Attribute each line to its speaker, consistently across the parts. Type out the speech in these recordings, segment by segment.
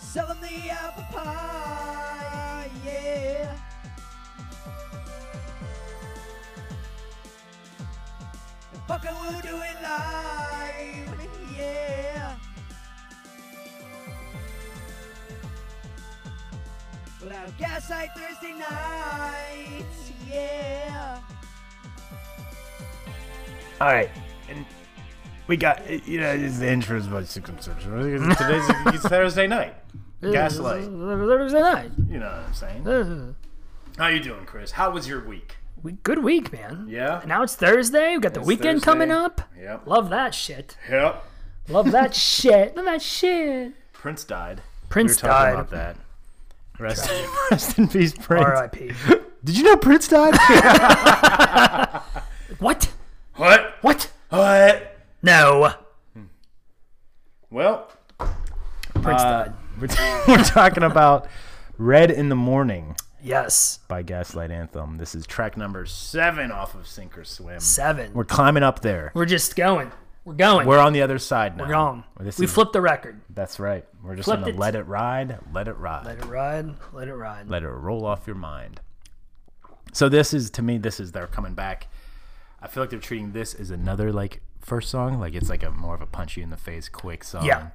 Speaker 1: Sell them the apple pie, yeah. And fucking we'll do it live, yeah. We'll have gaslight Thursday nights, yeah.
Speaker 2: All right, and we got you know this is the intro is about six Today's it's Thursday night, gaslight. You know what I'm saying? How you doing, Chris? How was your week?
Speaker 3: We, good week, man.
Speaker 2: Yeah.
Speaker 3: Now it's Thursday. We got the
Speaker 2: It's
Speaker 3: weekend
Speaker 2: Thursday.
Speaker 3: coming up.
Speaker 2: Yep.
Speaker 3: Love that shit.
Speaker 2: Yep.
Speaker 3: Love that shit. Love that shit.
Speaker 2: Prince died.
Speaker 3: Prince
Speaker 2: we were talking
Speaker 3: died.
Speaker 2: about that. Rest, rest in peace, Prince.
Speaker 3: R.I.P.
Speaker 2: Did you know Prince died?
Speaker 3: what?
Speaker 2: what?
Speaker 3: What?
Speaker 2: What?
Speaker 3: No.
Speaker 2: Well,
Speaker 3: Prince
Speaker 2: uh,
Speaker 3: died.
Speaker 2: we're, we're talking about "Red in the Morning"
Speaker 3: Yes.
Speaker 2: by Gaslight Anthem. This is track number seven off of Sink or Swim.
Speaker 3: Seven.
Speaker 2: We're
Speaker 3: We're,
Speaker 2: climbing up there.
Speaker 3: just going. We're going. We're,
Speaker 2: We're on the other side now.
Speaker 3: going.
Speaker 2: This
Speaker 3: We
Speaker 2: is-
Speaker 3: flipped the record.
Speaker 2: That's right. We're just
Speaker 3: Flipped
Speaker 2: gonna
Speaker 3: it.
Speaker 2: let it ride, let it ride,
Speaker 3: Let it ride. Let it ride.
Speaker 2: let it roll off your mind. So this is to me, this is they're coming back. I feel like they're treating this as another like first song, like it's like a more of a punch you in the face, quick song.
Speaker 3: Yeah.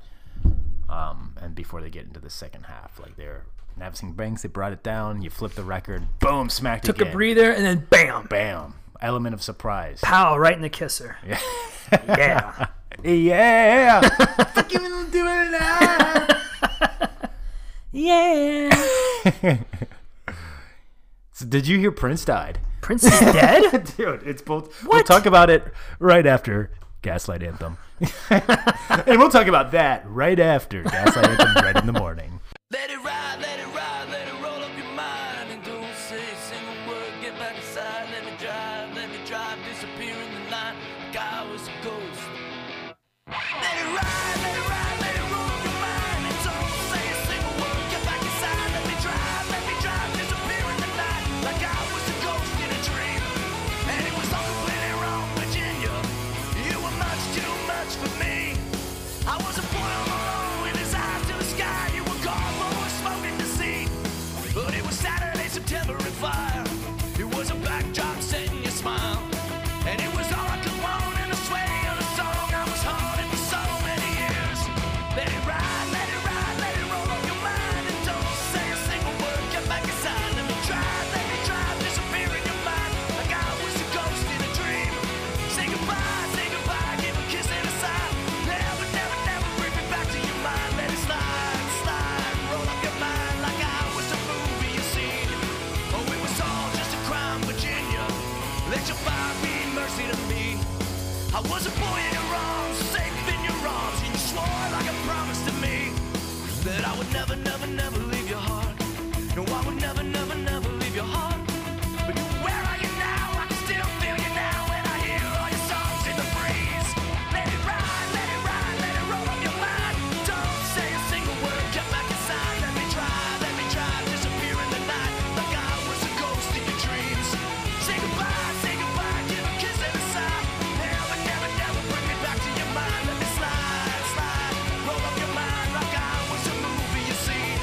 Speaker 2: Um, and before they get into the second half, like they're Navsing Banks, they brought it down. You flip the record, boom, smacked
Speaker 3: Took
Speaker 2: again.
Speaker 3: a breather and then bam.
Speaker 2: bam. Element of surprise.
Speaker 3: Pow, right in the kisser. Yeah. yeah.
Speaker 2: Yeah. Fucking do it now. So did you hear Prince died?
Speaker 3: Prince is dead?
Speaker 2: Dude, it's both. We'll talk about it right after Gaslight Anthem. and we'll talk about that right after Gaslight Anthem right in the morning.
Speaker 4: Let it ride, let it ride, let it roll up your mind and don't say a single word. Get back inside, let me drive, let me drive, disappear in the night like I was a ghost. Let it ride, let it ride, let it roll up your mind and don't say a single word. Get back inside, let me drive, let me drive, disappear in the night like I was a ghost in a dream. And it was all completely wrong, Virginia. You were much too much for me. I was a boy on the road with his eyes to the sky. You were gone, blowing smoke in the sea. But it was Saturday, September, and fire. It was a backdrop setting your smile. And it was all I could want in the sway of the song I was haunted for so many years. Let it ride, let it ride, let it roll on your mind. And don't say a single word, get back inside. Let me drive, let me drive, disappear in your mind. Like I was a ghost in a dream. Say goodbye, say goodbye, give a kiss and a sigh. Never, never, never bring me back to your mind. Let it slide, slide, roll up your mind like I was a movie you seen. Oh, it was all just a crime, Virginia. Let your fire be mercy to me. I was a boy in your arms, safe in your arms, and you swore like a promise to me that I would never, never, never leave your heart. No, I would never, never, never leave your heart. But you, where are you now? I can still feel you now when I hear all your songs in the breeze. Let it ride, let it ride, let it roll on your mind. Don't say a single word, get back inside. Let me try, let me try, disappear in the night like I was a ghost in your dreams. Say goodbye, say goodbye, give a kiss and a sigh. Never, never, never bring me back to your mind. Let me slide, slide, roll up your mind like I was a movie you seen.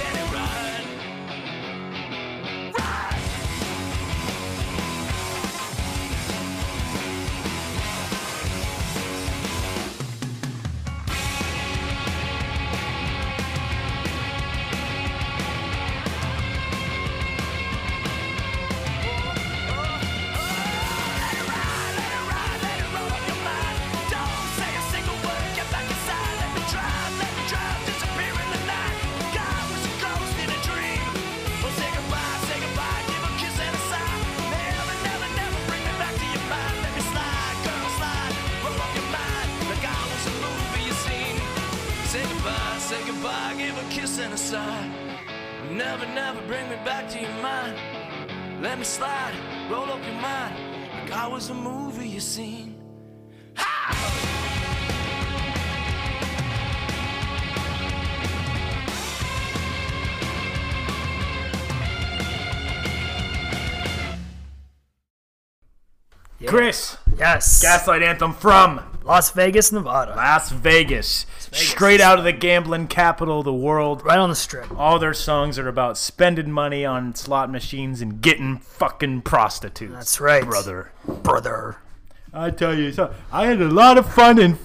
Speaker 4: Let it ride. Say goodbye, give a kiss and a sigh. Never, never bring me back to your mind. Let me slide, roll up your mind like I was a movie you seen.
Speaker 2: Chris,
Speaker 3: Yes.
Speaker 2: Gaslight Anthem from
Speaker 3: Las Vegas, Nevada.
Speaker 2: Las Vegas,
Speaker 3: Vegas.
Speaker 2: straight out of the gambling capital of the world.
Speaker 3: Right on the strip. Oh,
Speaker 2: All their songs are about spending money on slot machines and getting fucking prostitutes.
Speaker 3: That's right.
Speaker 2: brother.
Speaker 3: Brother.
Speaker 2: I tell you, so I had a lot of fun in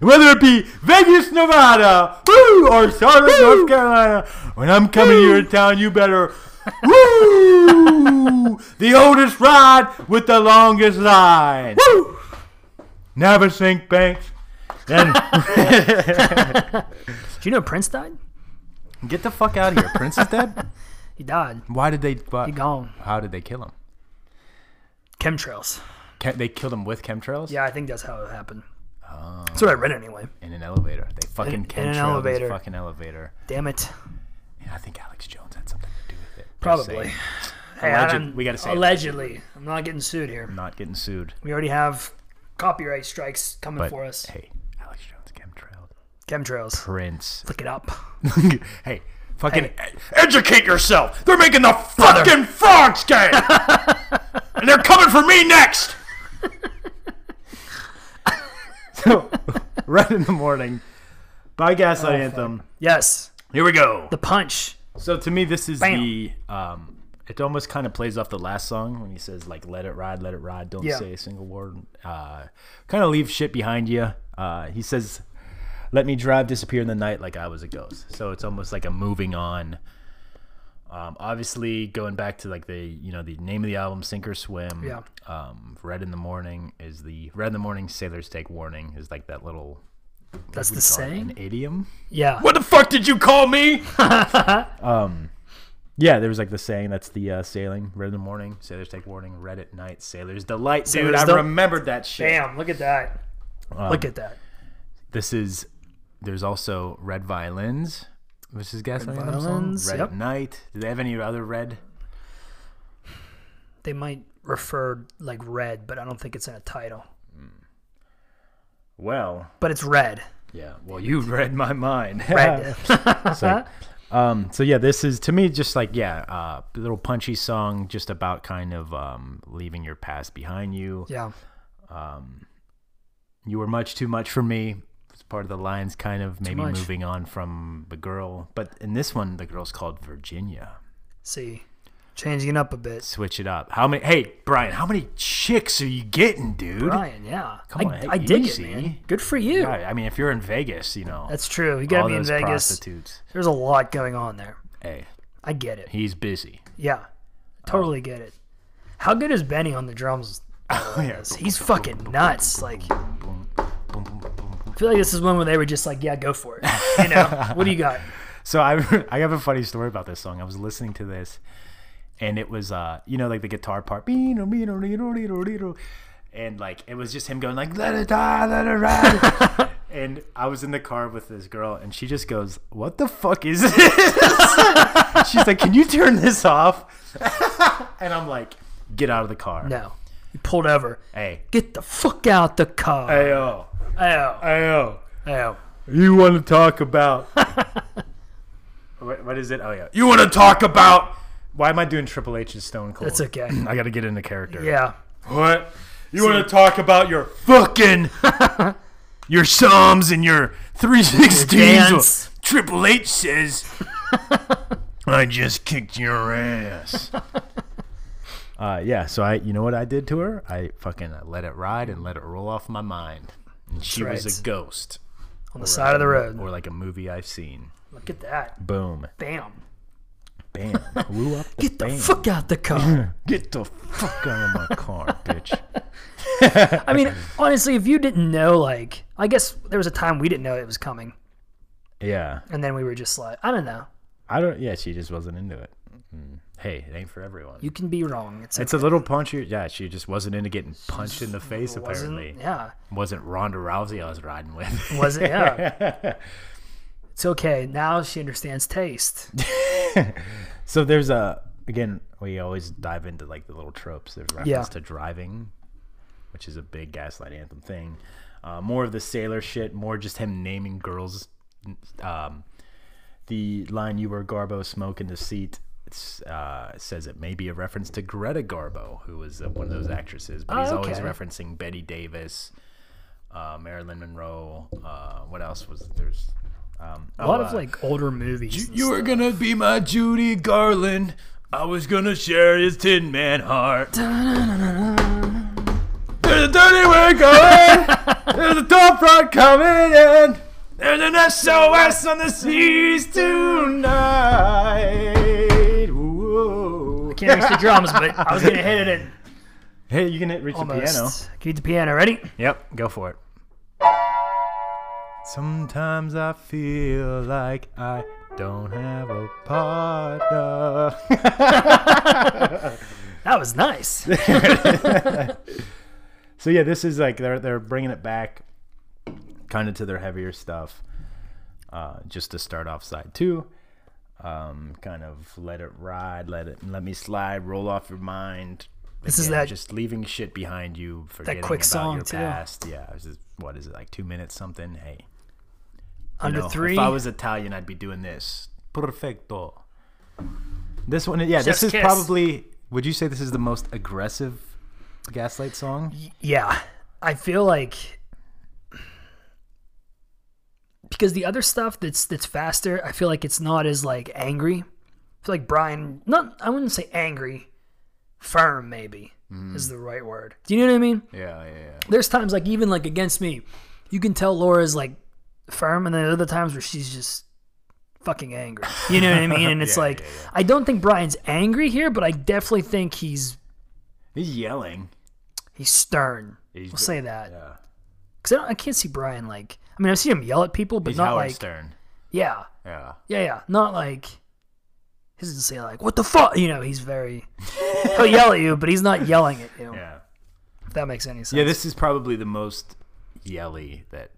Speaker 2: whether it be Vegas, Nevada, woo, or Charlotte, North Carolina. When I'm coming here in town, you better woo. the oldest ride with the longest line. Woo. Never sink banks. Then
Speaker 3: Did you know Prince died?
Speaker 2: get the fuck out of here. Prince is dead.
Speaker 3: He died.
Speaker 2: Why did they? why-
Speaker 3: He gone.
Speaker 2: How did they kill him?
Speaker 3: Chemtrails.
Speaker 2: Chem- They killed him with chemtrails.
Speaker 3: Yeah, I think that's how it happened.
Speaker 2: Ah.
Speaker 3: That's what I read anyway.
Speaker 2: In an elevator. They fucking
Speaker 3: In- in
Speaker 2: chemtrailed
Speaker 3: an
Speaker 2: his
Speaker 3: elevator.
Speaker 2: Fucking elevator.
Speaker 3: Damn it.
Speaker 2: Yeah, I think Alex Jones had something to do with it. Just
Speaker 3: Probably.
Speaker 2: saying.
Speaker 3: Hey,
Speaker 2: Alleged-
Speaker 3: I'm-
Speaker 2: we gotta say it.
Speaker 3: Allegedly. I'm not getting sued here.
Speaker 2: Not getting sued.
Speaker 3: We already have copyright strikes coming
Speaker 2: But
Speaker 3: for us.
Speaker 2: hey, Alex Jones chemtrailed
Speaker 3: Chemtrails.
Speaker 2: Prince.
Speaker 3: Look it up.
Speaker 2: hey, fucking
Speaker 3: Hey.
Speaker 2: e- educate yourself. They're making the fucking frogs game, and they're coming for me next. so, right in the morning, by Gaslight Anthem.
Speaker 3: Yes.
Speaker 2: Oh, Here we go.
Speaker 3: The punch.
Speaker 2: So to me, this is
Speaker 3: Bam.
Speaker 2: the. Um, it almost kind of plays off the last song when he says like "Let it ride, let it ride, don't
Speaker 3: Yeah.
Speaker 2: say a single word." Uh, kind of leave shit behind you. Uh, he says, "Let me drive, disappear in the night like I was a ghost." So it's almost like a moving on. Um, obviously, going back to like the you know the name of the album, Sink or Swim.
Speaker 3: Yeah.
Speaker 2: Um, Red in the morning is the Red in the morning. Sailors take warning is like that little
Speaker 3: That's the
Speaker 2: call it
Speaker 3: saying?
Speaker 2: an idiom.
Speaker 3: Yeah.
Speaker 2: What the fuck did you call me? um, yeah, there was like the saying that's the uh, sailing, red in the morning, sailors take warning, red at night, sailors delight. Dude,
Speaker 3: Sailors
Speaker 2: I
Speaker 3: del-
Speaker 2: remembered that shit.
Speaker 3: Damn, look at that. look at that.
Speaker 2: This is, there's also red violins, which is Gaslight Anthem song.
Speaker 3: Violins,
Speaker 2: Red
Speaker 3: yep.
Speaker 2: at night. Do they have any other red?
Speaker 3: They might refer like red, but I don't think it's in a title.
Speaker 2: Well,
Speaker 3: But it's red.
Speaker 2: yeah. Well, you read my mind.
Speaker 3: Red.
Speaker 2: Ah. so, um, so yeah, this is to me just like yeah, uh, little punchy song, just about kind of um, leaving your past behind you.
Speaker 3: yeah.
Speaker 2: you were much too much for me. It's part of the lines, kind of maybe
Speaker 3: much.
Speaker 2: moving on from the girl. But in this one, the girl's called Virginia.
Speaker 3: See. Changing it up a bit.
Speaker 2: Switch it up. How many? Hey, Brian, how many chicks are you getting, dude?
Speaker 3: Brian, yeah.
Speaker 2: Come on,
Speaker 3: I,
Speaker 2: hey,
Speaker 3: I dig
Speaker 2: easy.
Speaker 3: it, man. Good for you.
Speaker 2: Right, I mean, if you're in Vegas, you know
Speaker 3: That's true. You gotta
Speaker 2: all
Speaker 3: be in
Speaker 2: those
Speaker 3: Vegas.
Speaker 2: prostitutes.
Speaker 3: There's a lot going on there.
Speaker 2: Hey,
Speaker 3: I get it.
Speaker 2: he's busy.
Speaker 3: Yeah. Totally get it. How good is Benny on the drums?
Speaker 2: yeah,
Speaker 3: He's fucking nuts. Like I
Speaker 2: boom, boom, boom, boom, boom.
Speaker 3: feel like this is one where they were just like, Yeah, go for it. You know. what do you got?
Speaker 2: So I I have a funny story about this song. I was listening to this, and it was uh you know like the guitar part, "Beeno, beeno, reeno, reeno, reeno," and like it was just him going like let it die, let it ride. and I was in the car with this girl, and she just goes, "What the fuck is this?" She's like, "Can you turn this off?" and I'm like, "Get out of the car."
Speaker 3: No. You pulled over.
Speaker 2: Hey.
Speaker 3: Get the fuck out the car. oh,
Speaker 2: Ayo.
Speaker 3: Ayo.
Speaker 2: Ayo.
Speaker 3: Ayo.
Speaker 2: You want to talk about? what, what is it? Oh yeah. You want to talk about? Why am I doing Triple H and Stone Cold?
Speaker 3: That's okay.
Speaker 2: I got to get into character.
Speaker 3: Yeah.
Speaker 2: What? You want to talk about your fucking your sums and your three sixties?
Speaker 3: dance.
Speaker 2: Triple H says, "I just kicked your ass." Uh, yeah. So I, you know what I did to her? I fucking let it ride and let it roll off my mind. And she was
Speaker 3: right.
Speaker 2: a ghost
Speaker 3: On the side of the road.
Speaker 2: or like a movie I've seen.
Speaker 3: Look at that.
Speaker 2: Boom,
Speaker 3: Bam.
Speaker 2: bam, blew up. The
Speaker 3: Get the
Speaker 2: bam.
Speaker 3: fuck out the car.
Speaker 2: Get the fuck out of my car, bitch.
Speaker 3: I mean, honestly, if you didn't know, like, I guess there was a time we didn't know it was coming,
Speaker 2: Yeah,
Speaker 3: and then we were just like, I don't know.
Speaker 2: I don't. Yeah, she just wasn't into it. Mm. Hey, it ain't for everyone.
Speaker 3: You can be wrong. It's,
Speaker 2: it's a little punchy. Yeah, she just wasn't into getting punched in the face. Apparently,
Speaker 3: wasn't, yeah,
Speaker 2: wasn't Ronda Rousey I was riding with.
Speaker 3: wasn't, yeah. it's okay. Now she understands taste.
Speaker 2: so there's a again. We always dive into like the little tropes. There's reference
Speaker 3: Yeah.
Speaker 2: to driving, which is a big Gaslight Anthem thing. Uh, more of the sailor shit. More just him naming girls. Um, the line "You were Garbo smoking the seat." It's, uh, says it may be a reference to Greta Garbo, who was uh, one of those actresses, but he's always
Speaker 3: Oh, okay.
Speaker 2: referencing Betty Davis, uh, Marilyn Monroe. Uh, what else was there's um,
Speaker 3: A lot of like older movies. and
Speaker 2: You were
Speaker 3: stuff.
Speaker 2: gonna be my Judy Garland. I was gonna share his Tin Man heart. There's a dirty word going. There's a top front coming in. There's an SOS on the seas tonight. Whoa.
Speaker 3: Can't mix the drums, but I was gonna hit it at
Speaker 2: Hey, you can hit reach
Speaker 3: almost.
Speaker 2: the piano.
Speaker 3: Can you hit the piano? Ready?
Speaker 2: Yep, go for it. Sometimes I feel like I don't have a partner.
Speaker 3: That was nice.
Speaker 2: so yeah, this is like they're they're bringing it back, kind of to their heavier stuff, uh, just to start off side two. Um, kind of let it ride, let it let me slide, roll off your mind.
Speaker 3: This is
Speaker 2: Again,
Speaker 3: that-
Speaker 2: just leaving shit behind you, forgetting
Speaker 3: quick
Speaker 2: about
Speaker 3: song,
Speaker 2: your
Speaker 3: too.
Speaker 2: past. Yeah, it's just- what is it like two minutes something? Hey, you
Speaker 3: Under
Speaker 2: know,
Speaker 3: three.
Speaker 2: If I was Italian, I'd be doing this. Perfecto. This one, yeah, this
Speaker 3: Chef's
Speaker 2: is
Speaker 3: kiss.
Speaker 2: probably. Would you say this is the most aggressive Gaslight song?
Speaker 3: yeah, I feel like because the other stuff that's that's faster, I feel like it's not as like angry. I feel like Brian, not I wouldn't say angry, firm maybe
Speaker 2: Mm-hmm.
Speaker 3: is the right word. Do you know what I mean?
Speaker 2: Yeah, yeah, yeah.
Speaker 3: There's times like even like against me, you can tell Laura's like firm, and then other times where she's just fucking angry. You know what I mean? And it's
Speaker 2: Yeah,
Speaker 3: like
Speaker 2: yeah,
Speaker 3: I don't think Brian's angry here, but I definitely think he's
Speaker 2: He's yelling.
Speaker 3: he's stern.
Speaker 2: He's
Speaker 3: we'll
Speaker 2: ve-
Speaker 3: say that.
Speaker 2: Yeah.
Speaker 3: Cause I, don't, I can't see Brian like. I mean, I've seen him yell at people, but
Speaker 2: He's
Speaker 3: not
Speaker 2: Howard
Speaker 3: like.
Speaker 2: Stern.
Speaker 3: Yeah,
Speaker 2: Yeah.
Speaker 3: yeah, yeah. Not like. He doesn't say like "what the fuck," you know. He's very. he'll yell at you, but he's not yelling at you.
Speaker 2: Yeah.
Speaker 3: If that makes any sense.
Speaker 2: Yeah, this is probably the most yelly that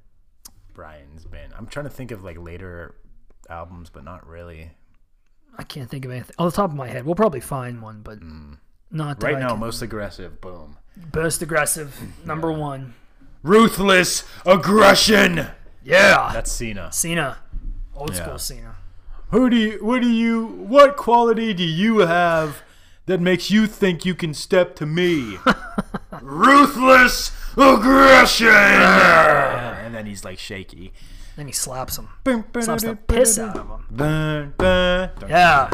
Speaker 2: Brian's been. I'm trying to think of like later albums, but not really.
Speaker 3: I can't think of anything on the top of my head. We'll probably find one, but
Speaker 2: Hmm.
Speaker 3: not that
Speaker 2: Right
Speaker 3: I
Speaker 2: now,
Speaker 3: can-
Speaker 2: most aggressive. Boom.
Speaker 3: Most aggressive, number one.
Speaker 2: Ruthless aggression.
Speaker 3: Yeah,
Speaker 2: That's Cena.
Speaker 3: Cena, old
Speaker 2: Yeah.
Speaker 3: school Cena.
Speaker 2: Who do you? What do you? What quality do you have that makes you think you can step to me? Ruthless aggression. and then he's like shaky.
Speaker 3: Then he slaps him, slaps
Speaker 2: Slaps
Speaker 3: the piss out of him.
Speaker 2: Burn, burn,
Speaker 3: Yeah,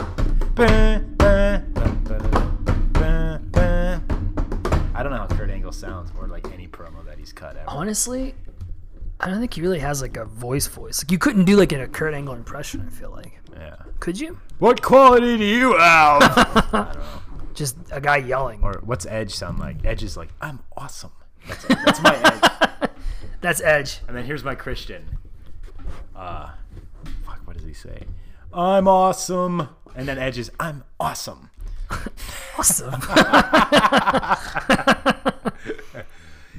Speaker 2: burn, burn, burn, burn, burn, burn. I don't know how Kurt Angle sounds or like any promo that he's cut
Speaker 3: Oh.
Speaker 2: ever.
Speaker 3: honestly, I don't think he really has like a voice voice. Like you couldn't do like an a Kurt Angle impression. I feel like
Speaker 2: Yeah.
Speaker 3: could you?
Speaker 2: What quality do you have?
Speaker 3: Just a guy yelling.
Speaker 2: or what's Edge sound like? Edge is like, I'm awesome. That's, that's my Edge.
Speaker 3: That's Edge.
Speaker 2: And then here's my Christian. Uh, fuck, what does he say? I'm awesome. And then Edge is, I'm awesome.
Speaker 3: Awesome.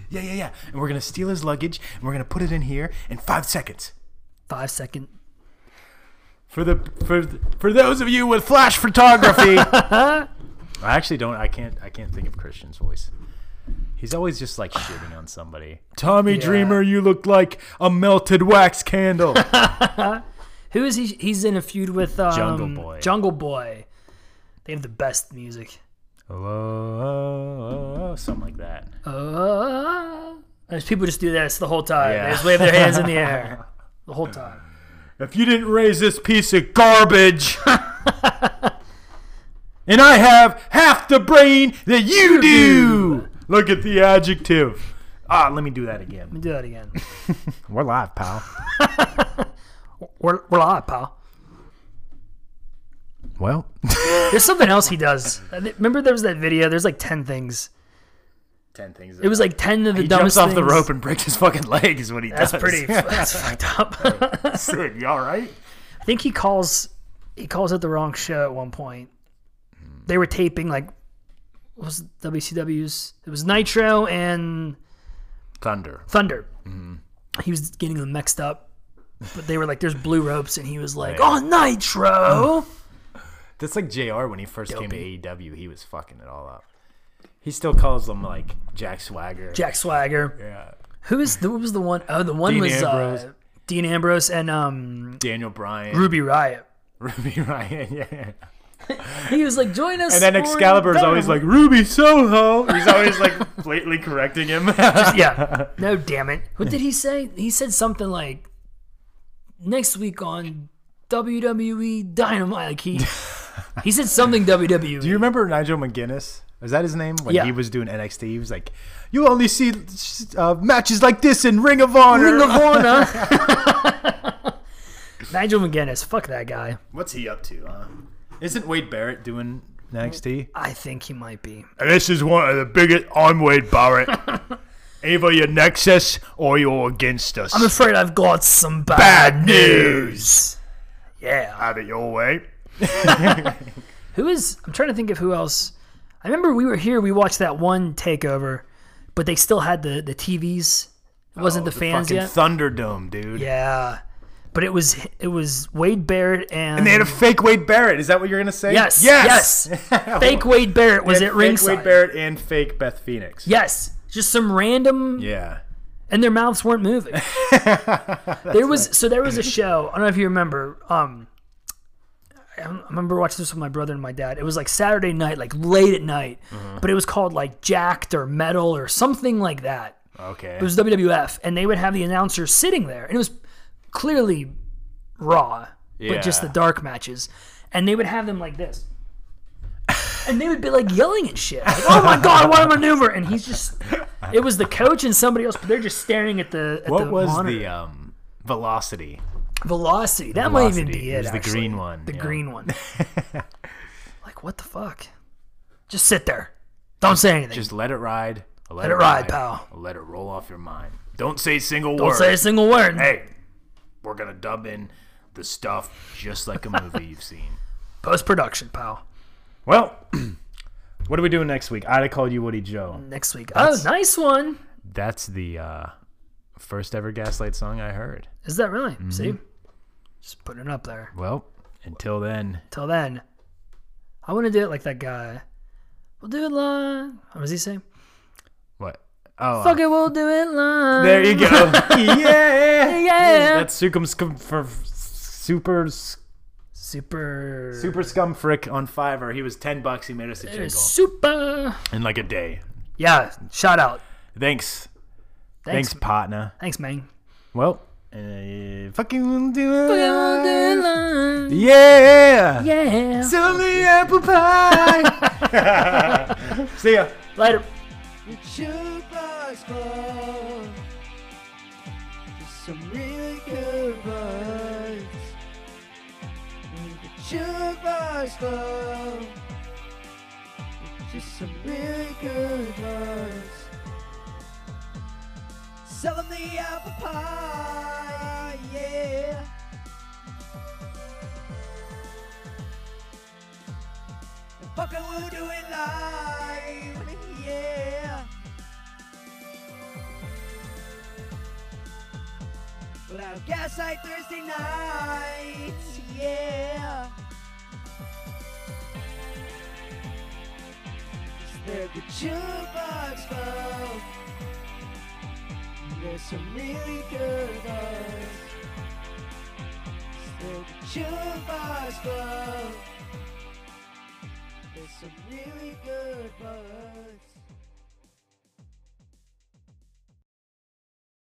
Speaker 2: Yeah, yeah, yeah. And we're gonna steal his luggage and we're gonna put it in here in five seconds.
Speaker 3: Five second.
Speaker 2: for the for for those of you with flash photography. I actually don't. I can't. I can't think of Christian's voice. He's always just like shitting on somebody. Tommy
Speaker 3: Dreamer,
Speaker 2: you look like a melted wax candle.
Speaker 3: Who is he? He's in a feud with um,
Speaker 2: Jungle Boy.
Speaker 3: Jungle Boy. They have the best music.
Speaker 2: Hello, something like that.
Speaker 3: Uh, there's people just do this the whole time.
Speaker 2: Yeah.
Speaker 3: They just wave their hands in the air the whole time.
Speaker 2: If you didn't raise this piece of garbage, and I have half the brain that you do. Look at the adjective. Ah, let me do that again.
Speaker 3: Let me do that again.
Speaker 2: We're live, pal.
Speaker 3: We're, we're live, pal.
Speaker 2: Well,
Speaker 3: There's something else he does. I thi- Remember there was that video. There's like ten things.
Speaker 2: ten things.
Speaker 3: It was like ten of the
Speaker 2: He
Speaker 3: dumbest
Speaker 2: jumps off the
Speaker 3: things.
Speaker 2: rope and breaks his fucking leg is what he
Speaker 3: That's
Speaker 2: does.
Speaker 3: pretty. that's fucked up.
Speaker 2: Sid, you all right?
Speaker 3: I think he calls he calls it the wrong show at one point. They were taping like what was it, WCW's it was Nitro and
Speaker 2: Thunder.
Speaker 3: Thunder. He was getting them mixed up, but they were like, "There's blue ropes," and he was like, "Oh,
Speaker 2: Yeah.
Speaker 3: Nitro."
Speaker 2: That's like Jr. When he first came to AEW, he was fucking it all up. He still calls them like Jack Swagger.
Speaker 3: Jack Swagger.
Speaker 2: yeah.
Speaker 3: Who is the, what was the one? Oh, the one
Speaker 2: Dean
Speaker 3: was
Speaker 2: Ambrose.
Speaker 3: Uh, Dean Ambrose and um,
Speaker 2: Daniel Bryan.
Speaker 3: Ruby Riot.
Speaker 2: Ruby Ryan. Yeah.
Speaker 3: he was like, "Join us."
Speaker 2: And then
Speaker 3: on
Speaker 2: Excalibur's always
Speaker 3: Dynamite."
Speaker 2: like, Ruby Soho! He's always like blatantly correcting him.
Speaker 3: "Yeah, no, damn it." What did he say? He said something like, "Next week on WWE Dynamite." Like he, he said something E. WWE.
Speaker 2: Do you remember Nigel McGuinness? Is that his name? When
Speaker 3: Yeah.
Speaker 2: he was doing NXT, he was like, "You only see uh, matches like this in Ring of Honor."
Speaker 3: Ring of Honor. Nigel McGuinness, fuck that guy.
Speaker 2: What's he up to? Huh? Isn't Wade Barrett doing NXT?
Speaker 3: I think he might be.
Speaker 2: This is one of the biggest. I'm Wade Barrett. Either you're Nexus or you're against us.
Speaker 3: I'm afraid I've got some bad,
Speaker 2: Bad Uh,
Speaker 3: news. Yeah.
Speaker 2: Have it your way.
Speaker 3: Who is? I'm trying to think of who else. I remember we were here. We watched that one takeover, but they still had the the TVs. It wasn't the fans
Speaker 2: Oh, Fucking
Speaker 3: yet.
Speaker 2: Thunderdome, dude.
Speaker 3: yeah. But it was it was Wade Barrett and,
Speaker 2: And they had a fake Wade Barrett. Is that what you're gonna say?
Speaker 3: Yes,
Speaker 2: Yes.
Speaker 3: fake Wade Barrett was at
Speaker 2: Fake
Speaker 3: ringside.
Speaker 2: Wade Barrett and fake Beth Phoenix.
Speaker 3: Yes, just some random
Speaker 2: Yeah.
Speaker 3: and their mouths weren't moving. there was so there was a show. I don't know if you remember. Um, I don't- I remember watching this with my brother and my dad. It was like Saturday night, like late at night,
Speaker 2: Uh-huh.
Speaker 3: but it was called like Jacked or Metal or something like that.
Speaker 2: Okay.
Speaker 3: It was WWF, and they would have the announcer sitting there, and it was clearly Raw, but just
Speaker 2: Yeah.
Speaker 3: the dark matches, and they would have them like this. And they would be like yelling and shit. Like, oh my god, what a maneuver! And he's just—it was the coach and somebody else, but they're just staring at the. At
Speaker 2: what
Speaker 3: the
Speaker 2: was
Speaker 3: monitor.
Speaker 2: the um velocity?
Speaker 3: velocity? That might even
Speaker 2: Velocity.
Speaker 3: be
Speaker 2: It
Speaker 3: it.
Speaker 2: was the
Speaker 3: actually.
Speaker 2: green one,
Speaker 3: The
Speaker 2: yeah.
Speaker 3: green one. like what the fuck? Just sit there. Don't say anything.
Speaker 2: Just let it ride. Let,
Speaker 3: it ride, pal.
Speaker 2: Let it roll off your mind. Don't say a single
Speaker 3: Don't
Speaker 2: word.
Speaker 3: say a single word.
Speaker 2: hey, we're gonna dub in the stuff just like a movie you've seen.
Speaker 3: Post production, pal.
Speaker 2: Well, what are we doing next week? I'd have called you Woody Joe.
Speaker 3: Next week. oh, nice one.
Speaker 2: That's the uh, first ever Gaslight song I heard.
Speaker 3: Is that really?
Speaker 2: Mm-hmm.
Speaker 3: See? Just putting it up there.
Speaker 2: Well, until then,
Speaker 3: Till then, I want to do it like that guy. We'll do it live. What does he say?
Speaker 2: what? Oh,
Speaker 3: Fuck it, we'll do it live.
Speaker 2: there you go. yeah.
Speaker 3: Yeah.
Speaker 2: That's Sukum Scum for Super Super
Speaker 3: super.
Speaker 2: Scum Frick on Fiverr. He was ten bucks. He made us a jingle
Speaker 3: Super.
Speaker 2: in like a day.
Speaker 3: Yeah. Shout out.
Speaker 2: Thanks,
Speaker 3: Thanks.
Speaker 2: thanks,
Speaker 3: Thanks,
Speaker 2: partner.
Speaker 3: man.
Speaker 2: Well, uh, fucking
Speaker 3: We'll do it
Speaker 2: do it.
Speaker 3: live.
Speaker 2: Yeah.
Speaker 3: Yeah.
Speaker 2: Sell me apple pie. See ya.
Speaker 3: Later.
Speaker 1: Jukebox Club. There's some really good vibes. In the Jukebox Club. Just some really good vibes. Sell 'em the apple pie, yeah. Fucking we'll do it live, yeah. We'll have Gaslight Thursday nights, yeah. Is there the jukebox club? There's some really good ones. Is there the jukebox club? There's some really good ones.